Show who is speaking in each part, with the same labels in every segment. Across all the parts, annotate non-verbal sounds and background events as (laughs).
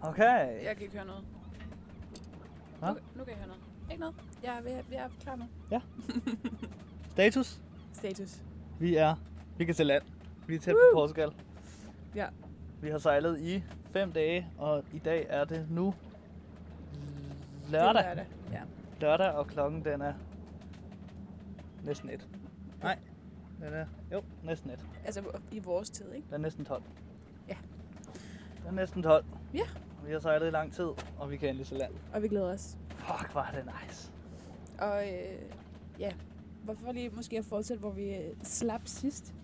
Speaker 1: Okay.
Speaker 2: Jeg kan ikke høre noget.
Speaker 1: Hva?
Speaker 2: Nu, nu kan jeg høre noget. Ikke noget. Jeg er, ved, jeg er klar nu.
Speaker 1: Status.
Speaker 2: Status.
Speaker 1: Vi er, vi kan til land. Vi er tæt på Portugal.
Speaker 2: Ja.
Speaker 1: Vi har sejlet i fem dage, og i dag er det nu lørdag.
Speaker 2: Det er lørdag. Ja.
Speaker 1: Lørdag, og klokken den er næsten et. Nej, den er, jo, næsten et.
Speaker 2: Altså i vores tid, ikke?
Speaker 1: Den er næsten 12.
Speaker 2: Ja.
Speaker 1: Den er næsten 12.
Speaker 2: Ja.
Speaker 1: Vi har sejlet i lang tid, og vi kan endelig til land.
Speaker 2: Og vi glæder os.
Speaker 1: Fuck, hvor er det nice.
Speaker 2: Og øh, ja, hvorfor lige måske at fortsætte, hvor vi øh, slap sidst?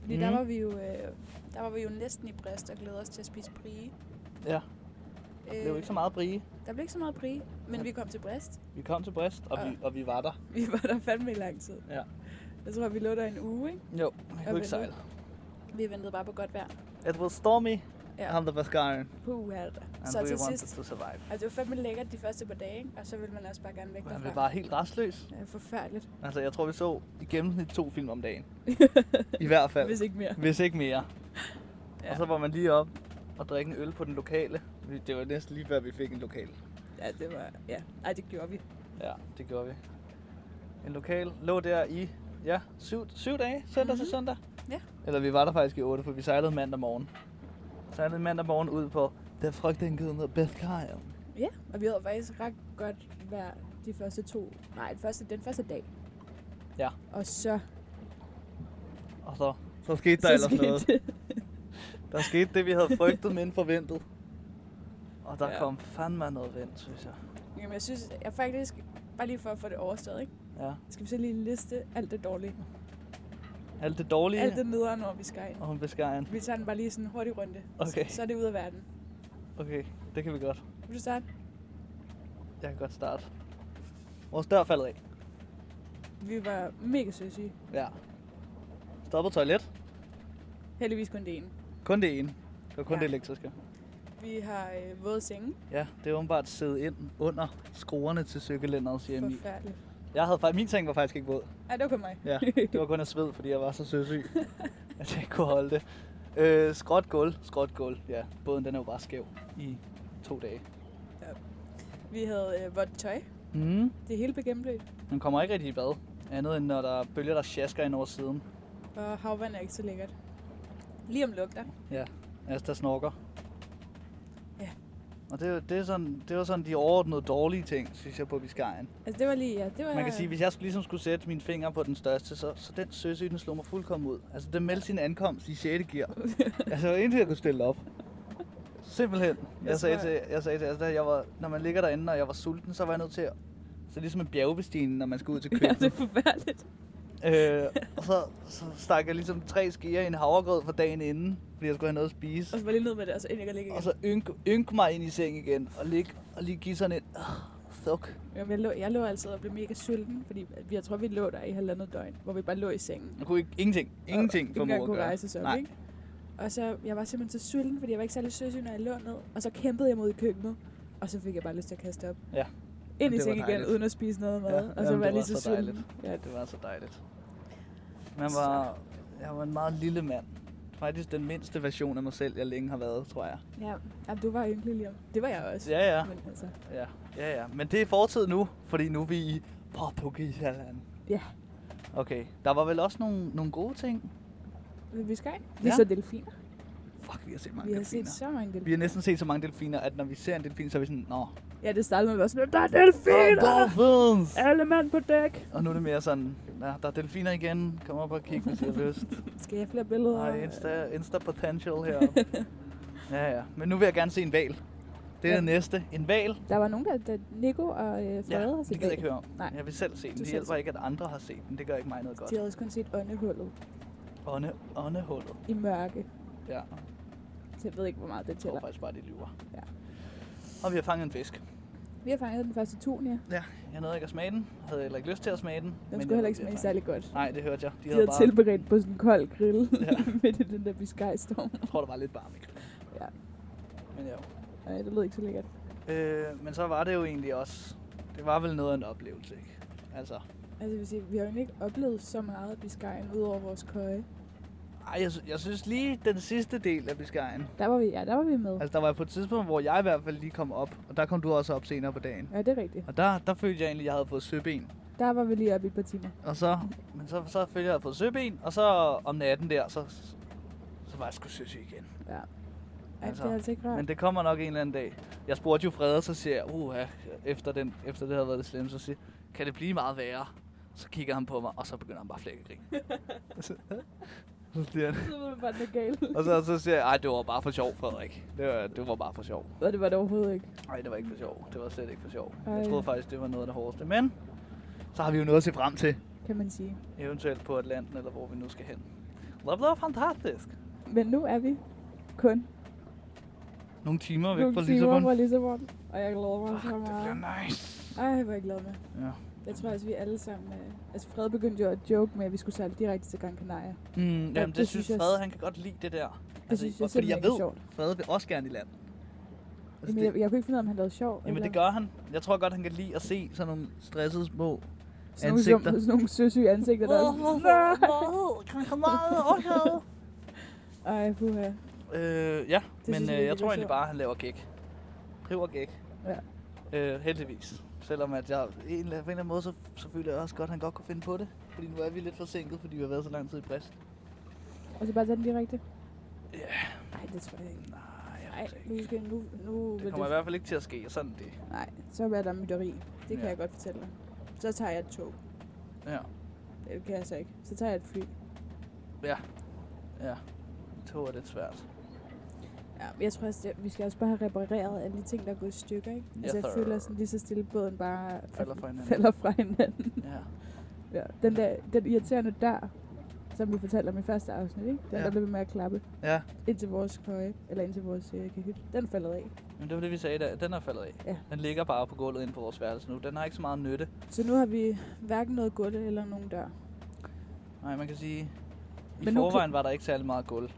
Speaker 2: Fordi mm. der,
Speaker 1: Mhm.
Speaker 2: var vi jo, øh, der var vi jo næsten i Brest og glæder os til at spise brie.
Speaker 1: Ja,
Speaker 2: Øh,
Speaker 1: det er jo ikke så meget brie.
Speaker 2: Der blev ikke så meget brie, men
Speaker 1: Ja.
Speaker 2: vi kom til Brest.
Speaker 1: Vi kom til Brest, og, vi, og vi var der.
Speaker 2: Vi var der fandme i lang tid.
Speaker 1: Ja.
Speaker 2: Jeg tror, vi lå der en uge, ikke?
Speaker 1: Jo, vi kunne
Speaker 2: ventede.
Speaker 1: ikke sejle.
Speaker 2: Vi ventede bare på godt vejr.
Speaker 1: It was stormy,
Speaker 2: Ja.
Speaker 1: and the Vascarin,
Speaker 2: Puh, her der.
Speaker 1: and
Speaker 2: Så
Speaker 1: we
Speaker 2: til
Speaker 1: wanted
Speaker 2: sidst,
Speaker 1: to survive.
Speaker 2: altså det var fandme lækkert de første par dage, ikke? og så ville man også bare gerne væk
Speaker 1: Han
Speaker 2: derfra.
Speaker 1: blev bare helt restløs.
Speaker 2: Det er
Speaker 1: (laughs)
Speaker 2: forfærdeligt,
Speaker 1: Altså, jeg tror, vi så i gennemsnit to film om dagen. I hvert fald.
Speaker 2: hvis ikke mere.
Speaker 1: Hvis ikke mere. Ja.
Speaker 2: Ja.
Speaker 1: Og så var man lige op og drikke en øl på den lokale. Vi- Det var næsten lige før, vi fik en lokal.
Speaker 2: Ja, det var, ja. Ej, det gjorde vi.
Speaker 1: Ja, det gjorde vi. En lokal lå der i, ja, syv, syv dage, søndag mm-hmm. til søndag.
Speaker 2: Mhm. Ja.
Speaker 1: Eller vi var der faktisk i otte, for vi sejlede mandag morgen. Sejlede mandag morgen ud på den frygtindgydende Beth Kyle.
Speaker 2: Ja, og vi havde faktisk ret godt været de første to, nej, den første, den første dag.
Speaker 1: Ja.
Speaker 2: Og så,
Speaker 1: Og så, så skete der
Speaker 2: så
Speaker 1: ellers
Speaker 2: skete
Speaker 1: noget.
Speaker 2: det. (laughs)
Speaker 1: Der skete det, vi havde frygtet, men forventet. Og der ja.
Speaker 2: Ja.
Speaker 1: kom fandme noget vind, synes jeg.
Speaker 2: Jamen, jeg synes, jeg faktisk, bare lige for at få det overstået, ikke?
Speaker 1: Ja.
Speaker 2: Skal vi så lige liste alt det dårlige?
Speaker 1: Alt det dårlige,
Speaker 2: Alt det nederen, når vi skal ind.
Speaker 1: og hun beskar en.
Speaker 2: Vi tager den bare lige sådan en hurtig runde.
Speaker 1: Okay.
Speaker 2: Så, så er det ud af verden.
Speaker 1: Okay, det kan vi godt.
Speaker 2: Vil du starte?
Speaker 1: Jeg kan godt starte. Vores dør faldt af.
Speaker 2: Vi var mega søsyge.
Speaker 1: Ja. Stoppet toilet.
Speaker 2: Heldigvis kun det ene.
Speaker 1: Kun det ene. Det var kun ja.
Speaker 2: Ja.
Speaker 1: det elektriske.
Speaker 2: Vi har øh, våde senge.
Speaker 1: Ja, det er åbenbart siddet ind under skruerne til cykellænderet, siger Emil.
Speaker 2: Forfærdeligt.
Speaker 1: Jeg havde, fa- min ting var faktisk ikke våd.
Speaker 2: Ej, det var kun mig.
Speaker 1: Ja, det var kun af sved, fordi jeg var så søsyg, at jeg ikke kunne holde det. Øh, skråt gulv, skråt gulv, ja. Båden den er jo bare skæv i to dage.
Speaker 2: (laughs) Vi havde øh, vådt tøj.
Speaker 1: Mm.
Speaker 2: Det hele blev gennemblødt.
Speaker 1: Man kommer ikke rigtig i bad, andet end når der er bølger, der sjasker ind over siden.
Speaker 2: Og havvand er ikke så lækkert. Lige om lugter.
Speaker 1: Ja, altså der snorker.
Speaker 2: Ja.
Speaker 1: Og det, er jo- det, er sådan, det var sådan de overordnede dårlige ting, synes jeg, på Biscayen.
Speaker 2: Altså, det var lige, ja, det var...
Speaker 1: Man kan
Speaker 2: (laughs)
Speaker 1: sige, hvis jeg skulle- ligesom skulle sætte mine fingre på den største, så, så den søsyge, den slog mig fuldkommen ud. Altså, den meldte sin ankomst i 6. gear. altså, der var intet, jeg kunne stille op. Simpelthen. Jeg,
Speaker 2: Jeg
Speaker 1: sagde
Speaker 2: tror-
Speaker 1: til, jeg sagde til altså, jeg var, når man ligger derinde, og jeg var sulten, så var jeg nødt til at... Så ligesom en bjergbestigning, når man skal ud til
Speaker 2: (laughs) Ja, det
Speaker 1: køkkenet.
Speaker 2: er forfærdeligt.
Speaker 1: øh, og så, så stak jeg ligesom tre skeer i en havregrød for dagen inden, fordi jeg skulle have noget at spise.
Speaker 2: Og så var jeg lige ned med det, og så endelig ligge igen.
Speaker 1: Og så ynk, ynk mig ind i seng igen, og ligge og lige give sådan en... Øh, suk.
Speaker 2: Jamen, jeg, lå, jeg lå altid og blev mega sulten, fordi vi- jeg tror, vi lå der i halvandet døgn, hvor vi bare lå i sengen.
Speaker 1: Jeg kunne ikke, ingenting, ingenting
Speaker 2: og,
Speaker 1: for
Speaker 2: for
Speaker 1: mig
Speaker 2: engang
Speaker 1: at
Speaker 2: kunne
Speaker 1: gøre.
Speaker 2: rejse sig op,
Speaker 1: Nej.
Speaker 2: ikke? Og så, jeg var simpelthen så sulten, fordi jeg var ikke særlig søsyg, når jeg lå ned. Og så kæmpede jeg mod i køkkenet, og så fik jeg bare lyst til at kaste op.
Speaker 1: Ja.
Speaker 2: Ind
Speaker 1: Det
Speaker 2: i
Speaker 1: var
Speaker 2: sengen igen,
Speaker 1: dejligt.
Speaker 2: uden at spise noget mad.
Speaker 1: Ja,
Speaker 2: og så
Speaker 1: jamen,
Speaker 2: var jeg
Speaker 1: det
Speaker 2: lige
Speaker 1: var så
Speaker 2: så, sulten.
Speaker 1: dejligt.
Speaker 2: Ja,
Speaker 1: Det var så dejligt. Man var, jeg var en meget lille mand. Faktisk den mindste version af mig selv, jeg længe har været, tror jeg.
Speaker 2: ja. Jamen, du var yndelig lige om. Det var jeg også.
Speaker 1: Ja, ja.
Speaker 2: Men altså,
Speaker 1: Ja, ja, ja. Men det er fortid nu, fordi nu er vi i Portugal.
Speaker 2: Ja.
Speaker 1: Okay, der var vel også nogle, nogle gode ting?
Speaker 2: men vi skal ind. Vi
Speaker 1: Ja.
Speaker 2: så delfiner.
Speaker 1: Fuck, vi har set mange
Speaker 2: Vi har
Speaker 1: delfiner.
Speaker 2: set så mange
Speaker 1: Vi
Speaker 2: delfiner.
Speaker 1: har næsten set så mange delfiner, at når vi ser en delfin, så er vi sådan, Nå,
Speaker 2: Ja, det startede med at være sådan, der er
Speaker 1: oh,
Speaker 2: delfiner!
Speaker 1: dolphins!
Speaker 2: Alle mand på dæk!
Speaker 1: Og nu er det mere sådan, ja, der er delfiner igen, kom op og kig, hvis I har lyst.
Speaker 2: Skal jeg have flere billeder?
Speaker 1: Nej, Insta, Insta Potential
Speaker 2: (laughs)
Speaker 1: her. ja, ja. Men nu vil jeg gerne se en val. Det er
Speaker 2: Ja.
Speaker 1: det næste. En val?
Speaker 2: Der var nogen, der, der Nico og øh,
Speaker 1: Ja,
Speaker 2: Frede har
Speaker 1: det
Speaker 2: set
Speaker 1: gider jeg ikke høre om.
Speaker 2: Nej.
Speaker 1: Jeg vil selv se den.
Speaker 2: Du
Speaker 1: Det
Speaker 2: selv
Speaker 1: hjælper
Speaker 2: se
Speaker 1: ikke, at andre har set den. Det gør ikke mig noget godt.
Speaker 2: De havde også kun set åndehullet
Speaker 1: Ånde, åndehullet.
Speaker 2: i mørke.
Speaker 1: Ja, jeg
Speaker 2: Så jeg ved ikke, hvor meget det
Speaker 1: tror
Speaker 2: tæller.
Speaker 1: faktisk bare, de lyver.
Speaker 2: Ja.
Speaker 1: Og vi har fanget en fisk.
Speaker 2: Vi har fanget den første tun, ja.
Speaker 1: Ja, jeg nåede ikke at smage den. Jeg havde heller ikke lyst til at smage den.
Speaker 2: Den
Speaker 1: men
Speaker 2: skulle
Speaker 1: jeg ved,
Speaker 2: heller ikke
Speaker 1: vi har
Speaker 2: smage
Speaker 1: fanget
Speaker 2: særlig godt.
Speaker 1: den. Nej, det hørte jeg. De,
Speaker 2: De havde tilberedt på sådan en kold grill
Speaker 1: Ja.
Speaker 2: ja. (laughs) midt i den der biskajstorm.
Speaker 1: Jeg tror, der var lidt varmt.
Speaker 2: Ja.
Speaker 1: Men ja.
Speaker 2: Nej, det lød ikke så lækkert.
Speaker 1: Øh, men så var det jo egentlig også... Det var vel noget af en oplevelse, ikke? Altså,
Speaker 2: Altså, jeg vil sige, vi har jo egentlig ikke oplevet så meget af Biscayen ud over vores køje.
Speaker 1: Ej, jeg, sy- jeg synes lige den sidste del af Biscayen.
Speaker 2: Der var vi, ja, der var vi med.
Speaker 1: Altså, der var på et tidspunkt, hvor jeg i hvert fald lige kom op, og der kom du også op senere på dagen.
Speaker 2: Ja, det er rigtigt.
Speaker 1: Og der, der følte jeg egentlig, at jeg havde fået søben.
Speaker 2: Der var vi lige oppe i et par timer.
Speaker 1: Og så, men så, så følte jeg, at jeg havde fået søben, og så om natten der, så, så var jeg sgu søsyg igen.
Speaker 2: Ja. Ej, altså,
Speaker 1: Altså,
Speaker 2: det er altså ikke rart.
Speaker 1: Men det kommer nok en eller anden dag. Jeg spurgte jo Freda, så siger jeg, uh, efter, den, efter det havde været det slemme, så siger jeg, kan det blive meget værre? Så kigger han på mig, og så begynder han bare at flække og grine.
Speaker 2: (laughs)
Speaker 1: så, så siger han,
Speaker 2: Så ved man bare, den er gal.
Speaker 1: og så, så siger jeg, ej, det var bare for sjov, Frederik. Det var, det var bare for sjov.
Speaker 2: Og det var det overhovedet ikke.
Speaker 1: Nej, det var ikke for sjov. Det var slet ikke for sjov.
Speaker 2: Ej.
Speaker 1: Jeg troede faktisk, det var noget af det hårdeste. Men så har vi jo noget at se frem til.
Speaker 2: kan man sige.
Speaker 1: Eventuelt på Atlanten, eller hvor vi nu skal hen. Det blev fantastisk.
Speaker 2: Men nu er vi kun
Speaker 1: Nogle timer væk
Speaker 2: nogle
Speaker 1: fra
Speaker 2: timer fra
Speaker 1: Lissabon.
Speaker 2: Lissabon, og jeg glæder mig så
Speaker 1: Det
Speaker 2: meget.
Speaker 1: bliver nice.
Speaker 2: Ej, hvor er jeg glad med.
Speaker 1: Ja.
Speaker 2: Jeg tror også, vi alle sammen... Øh... Altså, Fred begyndte jo at joke med, at vi skulle sejle direkte til Gran Canaria.
Speaker 1: Mm, jamen, det,
Speaker 2: det
Speaker 1: det
Speaker 2: synes
Speaker 1: synes
Speaker 2: jeg
Speaker 1: Frede,
Speaker 2: også.
Speaker 1: han kan godt lide det der.
Speaker 2: Det synes jeg
Speaker 1: og- fordi jeg
Speaker 2: simpelthen
Speaker 1: ved,
Speaker 2: er sjovt.
Speaker 1: Frede vil også gerne i land. Altså,
Speaker 2: Jamen, jeg,
Speaker 1: det,
Speaker 2: jeg kunne ikke finde ud af, om han lavede sjov.
Speaker 1: jamen, det gør han. Jeg tror godt, han kan lide at se sådan nogle stressede små...
Speaker 2: sådan nogle, som,
Speaker 1: ansigter.
Speaker 2: sådan nogle søsyge ansigter, der er sådan, Ej, puha.
Speaker 1: Øh, ja, men
Speaker 2: synes jeg
Speaker 1: øh,
Speaker 2: virkelig
Speaker 1: jeg tror
Speaker 2: var
Speaker 1: egentlig
Speaker 2: sjovt.
Speaker 1: bare, at han laver gæk. River gæk.
Speaker 2: Ja.
Speaker 1: Øh, heldigvis. Selvom at jeg en eller- på en eller anden måde, så, så føler jeg også godt, at han godt kunne finde på det. Fordi nu er vi lidt forsinket, fordi vi har været så lang tid i Brest.
Speaker 2: Og så bare tage den direkte?
Speaker 1: Ja.
Speaker 2: Nej, det tror jeg ikke.
Speaker 1: Nej,
Speaker 2: Nej,
Speaker 1: jeg ved det
Speaker 2: nu
Speaker 1: ikke.
Speaker 2: skal nu... nu vil
Speaker 1: Det kommer i hvert fald ikke til at ske, og sådan er det.
Speaker 2: Nej, så bliver der mytteri. Det kan
Speaker 1: Ja.
Speaker 2: jeg godt fortælle dig. Så tager jeg et tog.
Speaker 1: Ja.
Speaker 2: Det kan jeg så ikke. Så tager jeg et fly.
Speaker 1: Ja. Tog er lidt svært.
Speaker 2: Ja, men jeg tror også, det, vi skal også bare have repareret alle de ting, der er gået i stykker, ikke?
Speaker 1: Yes,
Speaker 2: altså, jeg
Speaker 1: sir.
Speaker 2: føler sådan lige så stille, båden bare
Speaker 1: Falder fra hinanden.
Speaker 2: falder fra hinanden.
Speaker 1: Ja.
Speaker 2: (laughs) ja. Den, der, den irriterende dør, som vi fortalte om i første afsnit, ikke? Den,
Speaker 1: Ja.
Speaker 2: der blev ved med at klappe
Speaker 1: Ja.
Speaker 2: ind til vores køje, eller ind til vores øh, kahyt. Den falder af.
Speaker 1: Men det var det, vi sagde, der. den er faldet af.
Speaker 2: Ja.
Speaker 1: Den ligger bare på gulvet inde på vores værelse nu. Den har ikke så meget nytte.
Speaker 2: Så nu har vi hverken noget gulv eller nogen dør.
Speaker 1: Nej, man kan sige, i
Speaker 2: Men
Speaker 1: Men
Speaker 2: nu
Speaker 1: forvejen var der ikke særlig meget gulv.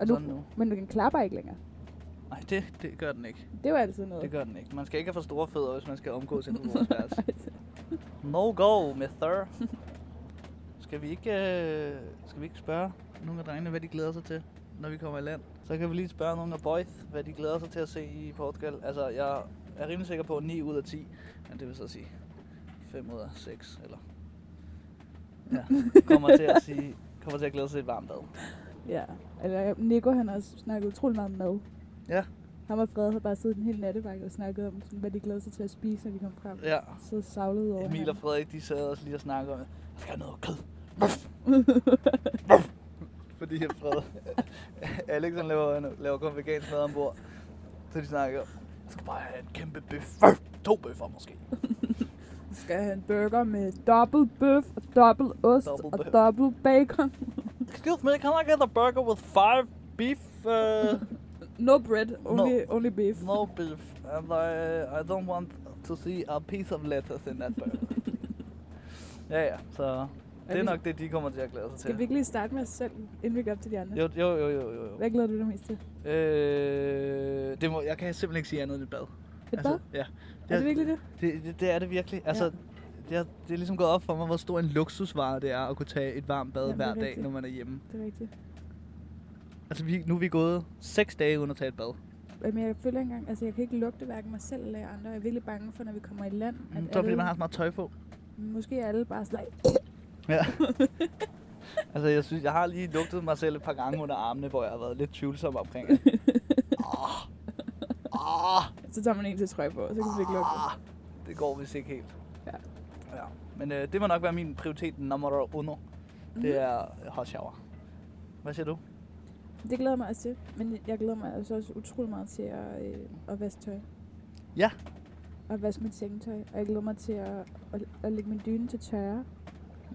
Speaker 2: Og nu,
Speaker 1: Sådan nu.
Speaker 2: men den klapper ikke længere.
Speaker 1: Nej, det, det gør den ikke.
Speaker 2: Det var altid noget.
Speaker 1: Det gør den ikke. Man skal ikke have for store fødder, hvis man skal omgås
Speaker 2: (laughs)
Speaker 1: inde på vores værelse. No go, mister. Skal vi ikke, øh, skal vi ikke spørge nogle af drengene, hvad de glæder sig til, når vi kommer i land? Så kan vi lige spørge nogle af boys, hvad de glæder sig til at se i Portugal. Altså, jeg er rimelig sikker på at 9 ud af 10, men det vil så sige 5 ud af 6, eller... Ja, kommer til at, sige, kommer til at glæde sig til et varmt bad.
Speaker 2: Ja. Eller Nico, han har også snakket utrolig meget om mad.
Speaker 1: Ja.
Speaker 2: Ham og Fred har bare siddet en hel nattevagt og snakket om, sådan, hvad de glæder sig til at spise, når vi kom frem.
Speaker 1: Ja,
Speaker 2: Så savlede over
Speaker 1: Emil og
Speaker 2: ham. (laughs)
Speaker 1: Frederik, de sad også lige og snakkede om, jeg skal have noget kød. Fordi at Fred, (laughs) Alex han laver, laver kun vegansk mad ombord. Så de snakker, jeg skal bare have en kæmpe bøf. To bøffer måske.
Speaker 2: Skal jeg have en burger med dobbelt bøf og dobbelt ost
Speaker 1: Dobbelt
Speaker 2: og
Speaker 1: bøf.
Speaker 2: dobbelt bacon.
Speaker 1: Excuse me, can I get a burger with five beef? Uh, (laughs)
Speaker 2: No bread, only, only beef.
Speaker 1: no beef. And I, I don't want to see a piece of lettuce in that burger. (laughs) ja, ja, så det er
Speaker 2: vi-
Speaker 1: nok det, de kommer til at glæde sig
Speaker 2: Skal
Speaker 1: til.
Speaker 2: vi ikke lige starte med os selv, inden vi går op til de andre?
Speaker 1: Jo, jo, jo, jo, jo. jo.
Speaker 2: Hvad glæder du dig mest til?
Speaker 1: Øh, det må, jeg kan simpelthen ikke sige andet end et bad.
Speaker 2: Et bad?
Speaker 1: Altså, ja.
Speaker 2: Er det
Speaker 1: Jeg-
Speaker 2: virkelig det?
Speaker 1: Det, det, det er det virkelig. Altså,
Speaker 2: Ja.
Speaker 1: ja. det, er, det er ligesom gået op for mig, hvor stor en luksusvare det er at kunne tage et varmt bad
Speaker 2: Jamen, det er
Speaker 1: hver dag,
Speaker 2: rigtigt.
Speaker 1: når man er hjemme.
Speaker 2: Det er rigtigt.
Speaker 1: Altså, vi, nu er vi gået 6 dage uden at tage et bad.
Speaker 2: Men jeg føler engang, altså jeg kan ikke lugte hverken mig selv eller jer andre. Jeg er virkelig bange for, når vi kommer i land, at
Speaker 1: Mm, så er det, fordi
Speaker 2: alle-
Speaker 1: man har så meget tøj på.
Speaker 2: Måske er alle bare sådan,
Speaker 1: Ja. (laughs) altså, jeg synes, jeg har lige lugtet mig selv et par gange under armene, hvor jeg har været lidt tvivlsom omkring det.
Speaker 2: (laughs)
Speaker 1: Ah. Åh, åh,
Speaker 2: så tager man en til trøje på, så kan vi ikke lugte.
Speaker 1: åh. Ah. det går vist ikke helt.
Speaker 2: Ja.
Speaker 1: ja. Men øh, det må nok være min prioritet nummer uno.
Speaker 2: Mhm.
Speaker 1: Det er hot shower. Hvad siger du?
Speaker 2: Det glæder jeg mig også til. Men jeg glæder mig altså også utrolig meget til at, øh, at vaske tøj.
Speaker 1: Ja.
Speaker 2: Og vaske mit sengetøj. Og jeg glæder mig til at, at, at lægge min dyne til tørre.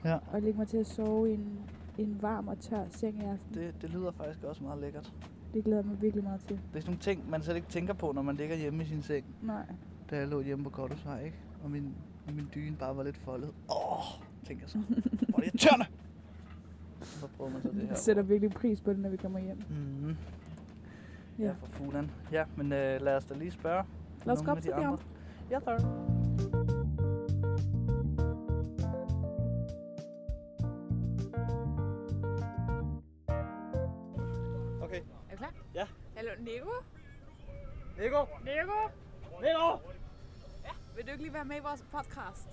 Speaker 1: Ja.
Speaker 2: Og lægge mig til at sove i en, i en varm og tør seng i aften. Det,
Speaker 1: Det, det lyder faktisk også meget lækkert.
Speaker 2: det glæder jeg mig virkelig meget til.
Speaker 1: Det er sådan nogle ting, man slet ikke tænker på, når man ligger hjemme i sin seng.
Speaker 2: Nej.
Speaker 1: Da jeg lå hjemme på Kortusvej, ikke? Og min, min dyne bare var lidt foldet. Åh, tænker jeg så. Hvor er det irriterende! Så prøver man så det her.
Speaker 2: (laughs) Jeg sætter virkelig pris på det, når vi kommer hjem.
Speaker 1: Mm-hmm.
Speaker 2: Ja.
Speaker 1: Ja. ja, for fuglen. Ja, men øh, lad os da lige spørge.
Speaker 2: Lad os gå
Speaker 1: nogle
Speaker 2: op
Speaker 1: af
Speaker 2: til de andre.
Speaker 1: Ja, tak.
Speaker 2: Hallo, Nico?
Speaker 1: Nico!
Speaker 2: Nico?
Speaker 1: Nico!
Speaker 2: Vil du ikke lige være med i vores podcast?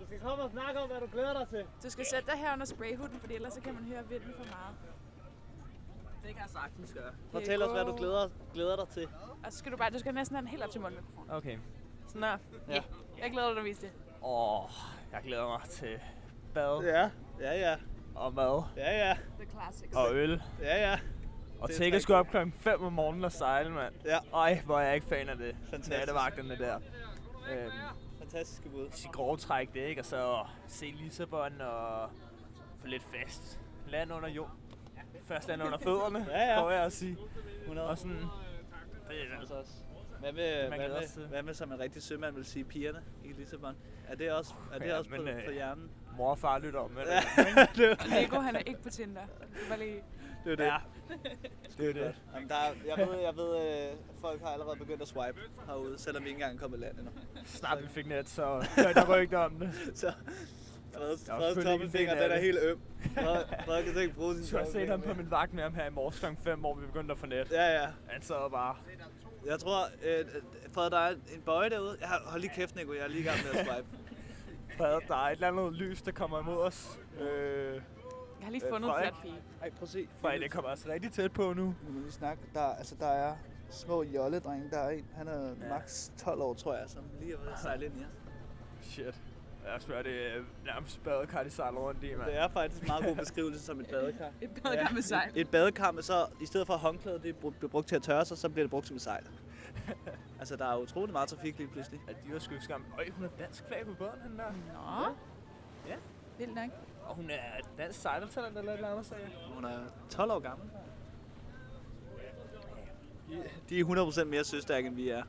Speaker 1: Du skal komme og snakke om, hvad du glæder dig til.
Speaker 2: Du skal sætte dig her under sprayhuden, for ellers så kan man høre vinden for meget.
Speaker 3: Det kan jeg sagtens gøre.
Speaker 1: Fortæl os, hvad du
Speaker 2: Nico.
Speaker 1: glæder, glæder dig til.
Speaker 2: Og så skal du bare, du skal næsten have den helt op til munden.
Speaker 3: Okay.
Speaker 2: Sådan her.
Speaker 1: Ja.
Speaker 2: Jeg glæder dig at vise det.
Speaker 3: Åh, oh, jeg glæder mig til bad
Speaker 1: Ja, ja, ja.
Speaker 3: og mad
Speaker 1: Ja, ja.
Speaker 2: The classics.
Speaker 3: og øl.
Speaker 1: Ja, ja.
Speaker 3: Og
Speaker 1: Det er
Speaker 3: Tække
Speaker 1: rigtigt.
Speaker 3: skulle op klokken 5 om morgenen og sejle, mand.
Speaker 1: Ja.
Speaker 3: Ej, hvor er jeg ikke fan af det.
Speaker 1: Fantastisk.
Speaker 3: Nattevagterne der. Øhm,
Speaker 1: Fantastiske bud.
Speaker 3: sit grove træk det, ikke? Og så se Lissabon og få lidt fast. Land under jord. Først land under fødderne,
Speaker 1: (laughs) Ja, ja.
Speaker 3: prøver jeg at sige.
Speaker 1: 100.
Speaker 3: Og sådan, det er altså
Speaker 1: Hos os. Altså Hvad med,
Speaker 3: Man
Speaker 1: hvad,
Speaker 3: glæder sig til
Speaker 1: med,
Speaker 3: det.
Speaker 1: hvad med, som en rigtig sømand vil sige, pigerne i Lissabon? Er det også, er det
Speaker 3: Ja,
Speaker 1: også
Speaker 3: men,
Speaker 1: på,
Speaker 3: øh,
Speaker 1: på hjernen?
Speaker 3: mor og far lytter om. med
Speaker 1: Ja,
Speaker 3: det.
Speaker 1: det var
Speaker 2: Nico, han er ikke på Tinder. Du var lige...
Speaker 1: det. Var det.
Speaker 3: Ja. Det er det.
Speaker 1: Jamen, der er, jeg ved, jeg ved øh, folk har allerede begyndt at swipe herude, selvom vi ikke engang er kommet i land endnu. (laughs)
Speaker 3: Snart vi fik net, så der, der rygter om det.
Speaker 1: Så Freds,
Speaker 3: Der er
Speaker 1: Freds
Speaker 3: selvfølgelig ikke
Speaker 1: tommelfinger,
Speaker 3: en del af
Speaker 1: den er
Speaker 3: det.
Speaker 1: helt øm. Fred, Fred kan slet ikke bruge sin
Speaker 3: Jeg har set
Speaker 1: tommelfinger
Speaker 3: ham på
Speaker 1: mere.
Speaker 3: min vagt med ham her i morges kl. 5, hvor vi begyndte at få net.
Speaker 1: Ja, ja.
Speaker 3: Han sad bare.
Speaker 1: Jeg tror, øh, Fred, der er en bøje derude. Ja, hold lige kæft, Nico. Jeg er lige i gang med (laughs) at swipe.
Speaker 3: Fred, der er et eller andet lys, der kommer imod os. Øh,
Speaker 2: Jeg har lige
Speaker 3: Øh,
Speaker 2: fundet en
Speaker 3: Frederik.
Speaker 2: flot pige.
Speaker 1: Ej, prøv at se.
Speaker 3: Fred, det kommer også rigtig tæt på nu.
Speaker 1: Nu må vi lige snakke. Der, altså, der er små jolledrenge. Der er en, han er ja. max 12 år, tror jeg, som lige er ved at sejle ind i os.
Speaker 3: Shit. Jeg spørger, det er nærmest badekar, de sejler rundt i, mand.
Speaker 1: Det er faktisk en meget god beskrivelse som et (laughs) badekar.
Speaker 2: Et badekar med sejl.
Speaker 1: Et badekar, men så i stedet for at håndklæde, det br- bliver brugt til at tørre sig, så bliver det brugt som et (laughs) sejl. altså, der er utrolig meget trafik lige pludselig.
Speaker 3: At de var sgu ikke skam. Øj, hun har dansk flag på båden, hende der.
Speaker 2: Nå.
Speaker 3: Ja.
Speaker 2: Vildt nok.
Speaker 3: Og hun er dansk sejlertalent eller et eller andet, sagde
Speaker 1: (laughs)
Speaker 3: jeg.
Speaker 1: Hun er 12 år gammel. De- De er 100% mere søstærke, end vi er.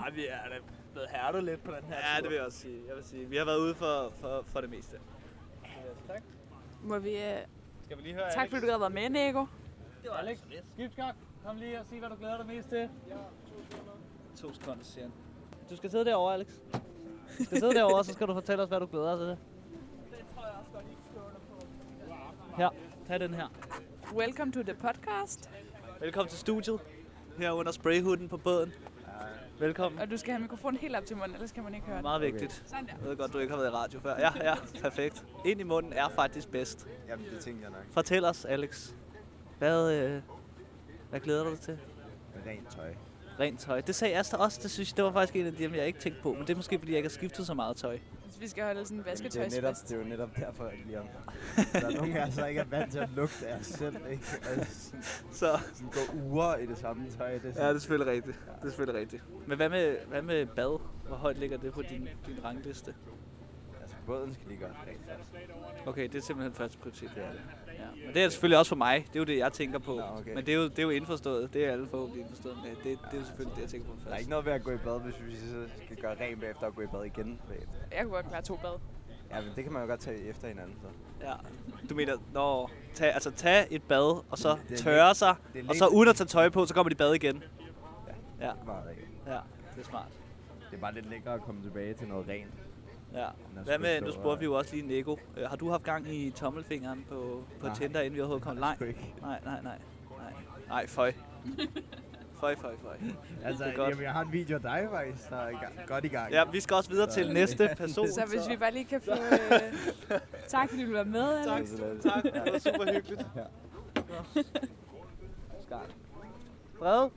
Speaker 3: Ej, vi er da blevet hærdet lidt på den her
Speaker 1: Ja,
Speaker 3: tur.
Speaker 1: det vil jeg også sige. Jeg vil sige. Vi har været ude for, for, for det meste. Tak.
Speaker 2: Må vi... øh,
Speaker 1: Skal vi lige høre
Speaker 2: Tak fordi du har været med, Nico.
Speaker 3: Det var Alex. Lidt.
Speaker 1: Skibskok, kom lige og sig, hvad du glæder dig mest til. To sekunder, siger han. Du skal sidde derovre, Alex. Du skal sidde derovre, så skal du fortælle os, hvad du glæder dig til. Her, tag den her.
Speaker 2: Welcome to the podcast.
Speaker 1: Velkommen til studiet. Her under sprayhooden på båden. Velkommen.
Speaker 2: Og du skal have mikrofonen helt op til munden, ellers kan man ikke høre den.
Speaker 1: Meget vigtigt.
Speaker 2: Sådan der.
Speaker 1: Jeg ved godt, du ikke har været i radio før. Ja, ja, perfekt. Ind i munden er faktisk bedst.
Speaker 4: Jamen, det tænkte jeg nok.
Speaker 1: Fortæl os, Alex. Hvad, øh, hvad glæder du dig til?
Speaker 4: Rent tøj.
Speaker 1: Rent tøj. Det sagde Asta også. Det synes jeg, det var faktisk en af dem, jeg ikke tænkte på. Men det er måske, fordi jeg ikke har skiftet så meget tøj.
Speaker 2: Vi skal holde sådan en
Speaker 4: det, er jo netop,
Speaker 2: vasketøjsfest.
Speaker 4: det er jo netop derfor, at vi er (laughs) Der er nogen af os, der ikke er vant til at lugte af os selv, ikke? Altså, sådan-
Speaker 1: Så
Speaker 4: sådan gå uger i det samme tøj. Det er
Speaker 1: Ja, det
Speaker 4: sådan,
Speaker 1: er selvfølgelig rigtigt. Det er selvfølgelig rigtigt. Men hvad med, hvad med bad? Hvor højt ligger det på din, din rangliste?
Speaker 4: altså, båden skal ligge godt rent først.
Speaker 1: Okay, det er simpelthen første prioritet.
Speaker 4: Det er det.
Speaker 1: Ja. Men det er selvfølgelig også for mig. Det er jo det, jeg tænker på.
Speaker 4: Nå, okay.
Speaker 1: Men det er, jo, det er jo indforstået. Det er alle forhåbentlig indforstået med. Det, det er jo selvfølgelig det, jeg tænker på
Speaker 4: Der er
Speaker 1: først.
Speaker 4: ikke noget ved at gå i bad, hvis vi så skal gøre rent bagefter og gå i bad igen bagefter.
Speaker 2: Jeg kunne godt klare to bad.
Speaker 4: Ja, men det kan man jo godt tage efter hinanden, så.
Speaker 1: Ja. Du mener, når tag, altså, tag et bad, og så
Speaker 4: Det er
Speaker 1: tørre
Speaker 4: lidt-
Speaker 1: sig,
Speaker 4: det er
Speaker 1: og
Speaker 4: lidt-
Speaker 1: så uden at tage tøj på, så kommer de i bad igen.
Speaker 4: Ja,
Speaker 1: Ja.
Speaker 4: det er meget rigtigt.
Speaker 1: Ja, det er smart.
Speaker 4: Det er bare lidt lækkere at komme tilbage til noget rent.
Speaker 1: Ja.
Speaker 4: at
Speaker 1: Hvad med,
Speaker 4: skulle
Speaker 1: nu
Speaker 4: stå
Speaker 1: spurgte
Speaker 4: og-
Speaker 1: vi jo også lige Nico. Øh, Har du haft gang i tommelfingeren på, på
Speaker 4: Nej.
Speaker 1: Tinder, inden vi overhovedet kom?
Speaker 4: har
Speaker 1: Nej,
Speaker 4: jeg sgu ikke.
Speaker 1: nej, nej, nej. Nej, nej føj. føj, føj, føj.
Speaker 4: (laughs) Altså,
Speaker 1: Det er godt.
Speaker 4: jamen, jeg har en video af dig faktisk, der er i gang, godt i gang.
Speaker 1: Ja, vi skal også videre til næste person.
Speaker 2: Så hvis vi bare lige kan få... Øh... tak fordi du var med, Alex.
Speaker 1: tak. Det var super hyggeligt.
Speaker 4: Ja.
Speaker 1: Skart. Fred.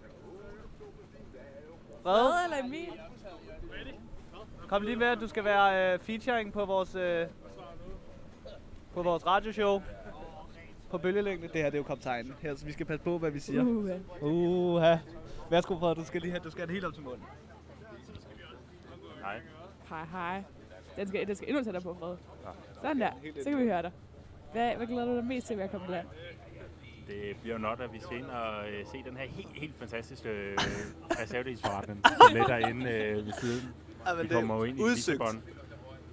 Speaker 2: Fred
Speaker 1: Fred,
Speaker 2: eller Emil?
Speaker 1: kom lige med, at du skal være øh, featuring på vores, øh, på vores radioshow. På bølgelængde. Det her, det er jo kaptajnen. Her, så vi skal passe på, hvad vi siger.
Speaker 2: Uh,
Speaker 1: Uha. Værsgo, Fred, du skal lige have, du skal have det helt op til munden.
Speaker 2: hej, hej. Den skal, den skal endnu tættere på, Fred. Sådan der, så kan vi høre dig. Hvad, hvad glæder du dig mest til ved at komme i land?
Speaker 5: Det bliver nok, at vi skal ind og øh, se den her helt, helt fantastiske øh,
Speaker 1: (laughs)
Speaker 5: reservedelsforretning, som ligger derinde øh, ved siden.
Speaker 1: Ja, men
Speaker 5: Vi kommer jo ind i Lissabon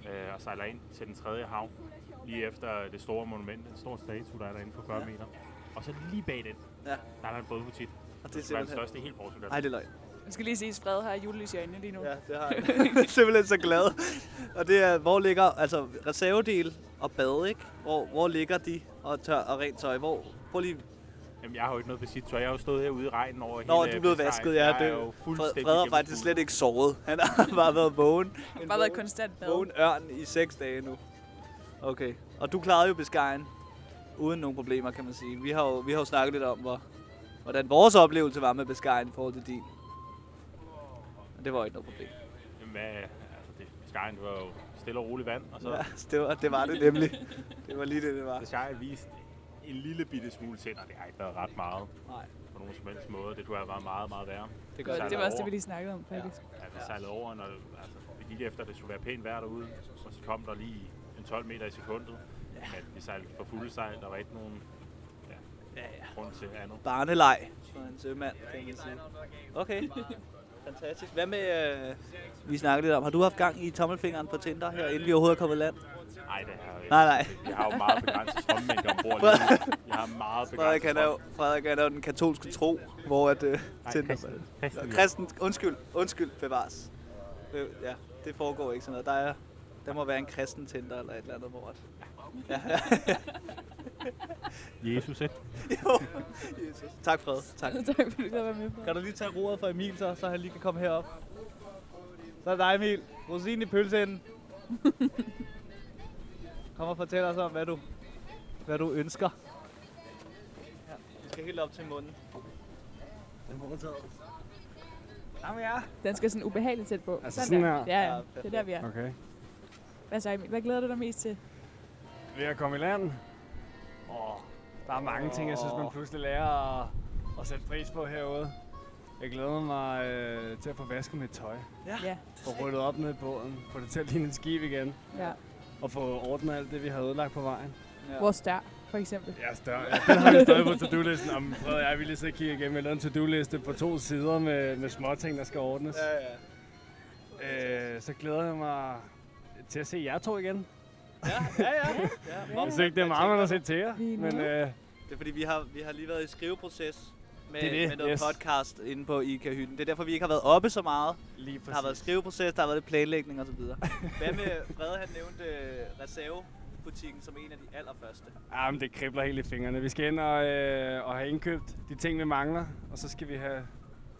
Speaker 5: øh, og sejler ind til den tredje havn, lige efter det store monument, den store statue, der er derinde på 40 ja. meter. Og så lige bag den,
Speaker 1: Ja,
Speaker 5: der er der en bådbutik.
Speaker 1: og det er
Speaker 5: Det er den
Speaker 1: simpelthen...
Speaker 5: største i hele Portugal.
Speaker 1: Ej, det er løgn.
Speaker 2: Vi skal lige sige, at Fred har julelys i øjnene lige nu.
Speaker 1: Ja, det har jeg. simpelthen så glad. Og det er, hvor ligger, altså reservedel og bad, ikke? Hvor, hvor ligger de og tør og rent tøj? Hvor, prøv lige,
Speaker 5: Jamen, jeg har jo ikke noget beskidt tøj. Jeg har jo stået herude i regnen over
Speaker 1: Nå,
Speaker 5: hele...
Speaker 1: du blev
Speaker 5: Vestegnen.
Speaker 1: vasket, ja.
Speaker 5: Jeg øh, er jo
Speaker 1: Det,
Speaker 5: fuldstændig
Speaker 1: Fred har faktisk slet ikke sovet. Han har (laughs) bare været vågen.
Speaker 2: har bare været i konstant bad.
Speaker 1: Vågen ørn i seks dage nu. Okay. Og du klarede jo beskajen uden nogen problemer, kan man sige. Vi har jo, vi har jo snakket lidt om, hvor, hvordan vores oplevelse var med beskajen i forhold til din. Og det var jo ikke noget problem.
Speaker 5: genbrugt. Jamen, hvad, altså, det, Skyen, det var jo stille og roligt vand, og så...
Speaker 1: Ja, det, var, det var det nemlig. Det var lige det, det var.
Speaker 5: Hvis jeg har vist en lille bitte smule tænder, det har ikke været ret meget
Speaker 1: Nej,
Speaker 5: på nogen som helst måde. Det tror jeg har været meget, meget værre.
Speaker 1: det gør
Speaker 2: Godt,
Speaker 5: sejler
Speaker 2: det var også det,
Speaker 5: over.
Speaker 2: vi lige snakkede om, faktisk. (laughs)
Speaker 5: Ja, vi sejlede over, når altså, vi gik efter, at det skulle være pænt vejr derude, og så kom der lige en 12 meter i sekundet. Men vi sejlede for fulde sejl, der var ikke nogen ja,
Speaker 1: Ja, ja.
Speaker 5: grund til andet.
Speaker 1: Barneleg for en sømand, kan man sige. Okay. Fantastisk. Hvad med, øh, vi snakkede lidt om, har du haft gang i tommelfingeren på Tinder her, inden vi overhovedet er kommet i land?
Speaker 5: Nej, det har jeg ikke.
Speaker 1: Nej, nej.
Speaker 5: Jeg har jo meget begrænset strømmængde ombord lige nu. Jeg har meget
Speaker 1: Frederik
Speaker 5: begrænset
Speaker 1: han, er jo, Frederik han er jo den katolske tro, hvor at, øh, Tinder...
Speaker 5: Christen.
Speaker 1: Nå,
Speaker 5: Christen.
Speaker 1: Kristen, undskyld, undskyld, bevares. Øh, ja, det foregår ikke sådan noget. Der, er, der må være en kristen Tinder eller et eller andet, hvor at,
Speaker 5: Jesus, ikke?
Speaker 1: Jo, (laughs) Jesus. Tak, Fred. Tak.
Speaker 2: tak fordi du var med på.
Speaker 1: Kan du lige tage roret fra Emil, så, så han lige kan komme herop? Så er det dig, Emil. Rosin i (laughs) pølseenden. Kom og fortæl os om, hvad du, hvad du ønsker. Ja, du skal helt op til munden.
Speaker 4: Den er overtaget.
Speaker 1: Jamen ja.
Speaker 2: Den skal sådan ubehageligt tæt på.
Speaker 4: Altså sådan
Speaker 2: der.
Speaker 4: her?
Speaker 2: Ja, ja.
Speaker 1: Ja,
Speaker 2: Det er der, vi er.
Speaker 4: Okay.
Speaker 2: Hvad så, Emil? Hvad glæder du dig mest til?
Speaker 4: Ved at komme i land? Åh, der er mange ting, jeg synes, man pludselig lærer at, at sætte pris på herude. Jeg glæder mig øh, til at få vasket mit tøj.
Speaker 2: Ja.
Speaker 4: Få ryddet op ned i båden. Få det til at ligne et skib igen.
Speaker 2: ja.
Speaker 4: Og få ordnet alt det, vi har ødelagt på vejen.
Speaker 2: Vores dør, for eksempel.
Speaker 4: Jeg er større. Den har vi stadig på to-do-listen. Om Fred og jeg, vi lige sidde og kigge igennem. Jeg lavede en to-do-liste på to sider med, med små ting, der skal ordnes.
Speaker 1: Ja, ja.
Speaker 4: Øh, så glæder jeg mig til at se jer to igen.
Speaker 1: Ja, ja. (laughs) ja.
Speaker 4: Jeg synes ikke, det er meget, man har set til jer.
Speaker 2: Vi er
Speaker 4: Men
Speaker 2: nu.
Speaker 4: øh,
Speaker 1: Det er fordi, vi har, vi har lige været i skriveproces med,
Speaker 4: Det er det,
Speaker 1: med noget
Speaker 4: yes.
Speaker 1: podcast inde på IKA-hytten. Det er derfor, vi ikke har været oppe så meget.
Speaker 4: lige
Speaker 1: Der har været
Speaker 4: præcis.
Speaker 1: skriveproces, der har været lidt planlægning osv. (laughs) Hvad med Frede, han nævnte øh, reservebutikken som en af de allerførste.
Speaker 4: Ja, men det kribler helt i fingrene. Vi skal ind og, øh, og have indkøbt de ting, vi mangler. Og så skal vi have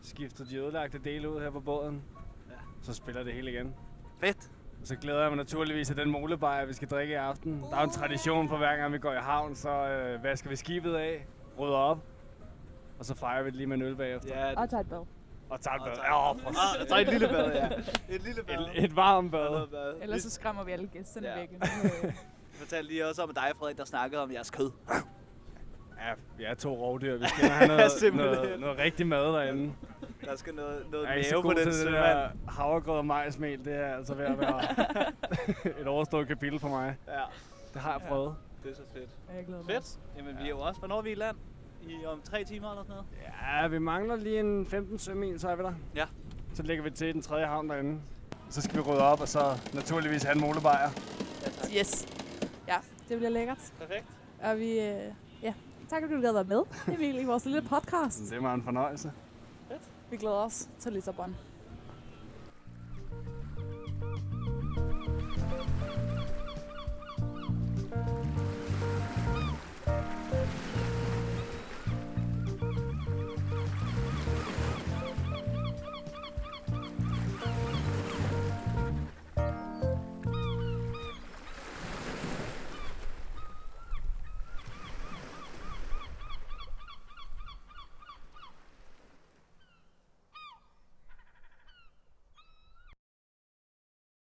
Speaker 4: skiftet de ødelagte dele ud her på båden.
Speaker 1: Ja.
Speaker 4: Så spiller det hele igen.
Speaker 1: Fedt!
Speaker 4: Og så glæder jeg mig naturligvis til den molebajer, vi skal drikke i aften. Der er jo en tradition for, hver gang vi går i havn, så øh, vasker vi skibet af, rydder op. Og så fejrer vi det lige med en øl bagefter.
Speaker 1: Ja,
Speaker 2: Og tager et bad.
Speaker 4: Og tager et
Speaker 1: Og
Speaker 4: bad.
Speaker 1: tager-
Speaker 4: Ja, for
Speaker 1: Ah, der er et lille bad, ja. Et lille bad.
Speaker 4: et, et varmt bad.
Speaker 1: bad.
Speaker 2: Ellers så skræmmer vi alle gæsterne
Speaker 1: Ja.
Speaker 2: væk. Øh,
Speaker 1: Vi fortalte lige også om dig, Frederik, der snakkede om jeres kød.
Speaker 4: Ja, vi er to
Speaker 1: (laughs)
Speaker 4: rovdyr. Vi skal have noget,
Speaker 1: Simpelthen.
Speaker 4: noget, noget rigtig mad derinde.
Speaker 1: Der skal noget, noget
Speaker 4: Jeg er ikke så
Speaker 1: mave på
Speaker 4: god til
Speaker 1: den
Speaker 4: det
Speaker 1: sømand.
Speaker 4: der havregrød og majsmel. Det er altså ved at være
Speaker 1: (laughs)
Speaker 4: et overstået kapitel for mig.
Speaker 1: Ja,
Speaker 4: Det har jeg prøvet.
Speaker 1: det er så fedt.
Speaker 2: og jeg glæder mig.
Speaker 1: Fedt. Jamen, vi er jo også. Hvornår er vi i land? I om tre timer eller sådan noget?
Speaker 4: Ja, vi mangler lige en 15 sømil, så er vi der.
Speaker 1: Ja.
Speaker 4: Så lægger vi til i den tredje havn derinde. Så skal vi rydde op, og så naturligvis have en molebajer.
Speaker 2: Yes. Ja, det bliver lækkert.
Speaker 1: Perfekt.
Speaker 2: Og vi... Øh, ja, tak fordi du gad
Speaker 1: (laughs)
Speaker 2: være med, Emil, i vores lille podcast.
Speaker 4: Det var en fornøjelse.
Speaker 2: Vi glæder os til Lissabon.